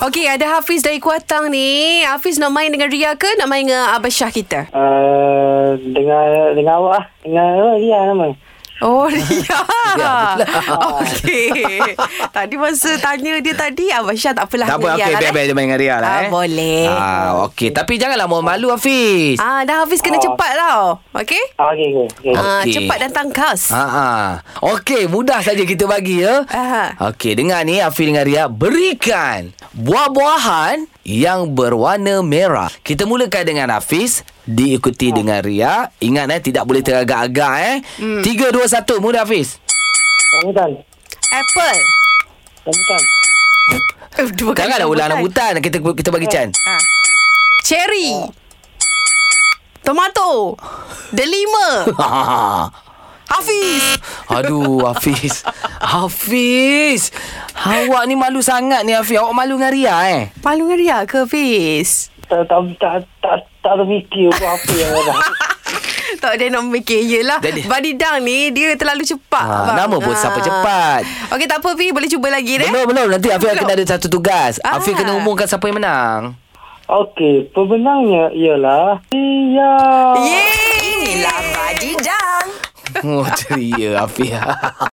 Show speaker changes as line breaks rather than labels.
Okey, ada Hafiz dari Kuatang ni. Hafiz nak main dengan Ria ke nak main dengan Abah Syah kita?
Uh, dengan dengan awak lah. Dengan oh, Ria nama.
Oh, Ria.
Ya,
Okey. Tadi masa tanya dia tadi, Abah Syah tak apalah.
Tak apa,
dengan
okey,
Ria lah,
biar-biar
eh.
dia main dengan Ria lah
Ah,
eh.
boleh.
Ah, okey. Tapi janganlah mau malu Hafiz.
Ah, dah Hafiz kena
Ah.
cepat tau. Okey?
Ah, okay, okay, okay.
Ah.
Ah,
Oh. Okey.
cepat dan tangkas.
Ha ah. Okey, mudah saja kita bagi ya.
Ah.
Okey, dengar ni Afi dengan Ria berikan buah-buahan yang berwarna merah. Kita mulakan dengan Hafiz, diikuti
Oh.
dengan Ria. Ingat eh tidak boleh teragak-agak eh. Hmm. 3 2 1 mula Hafiz.
Rambutan.
Apple.
Rambutan.
Eh, dua kali
Janganlah ulang
rambutan.
rambutan kita kita bagi Chan.
Ha. Cherry. Tomato. Delima. Hafiz.
Aduh Hafiz Hafiz Awak ni malu sangat ni Hafiz Awak malu dengan Ria eh
Malu dengan Ria ke Hafiz?
Tak tak tak tak tak terfikir pun apa yang ada.
Tak ada nak fikir Yelah
Jadi-
Body down ni Dia terlalu cepat
Ah,
abang.
nama pun siapa cepat.
Okey tak apa Fi Boleh cuba lagi deh
Belum belum Nanti Hafiz akan
Belum.
ada satu tugas
Ah.
Hafiz kena umumkan siapa yang menang
Okey, pemenangnya ialah Ria.
Yeay Inilah body down
Oh ceria Hafiz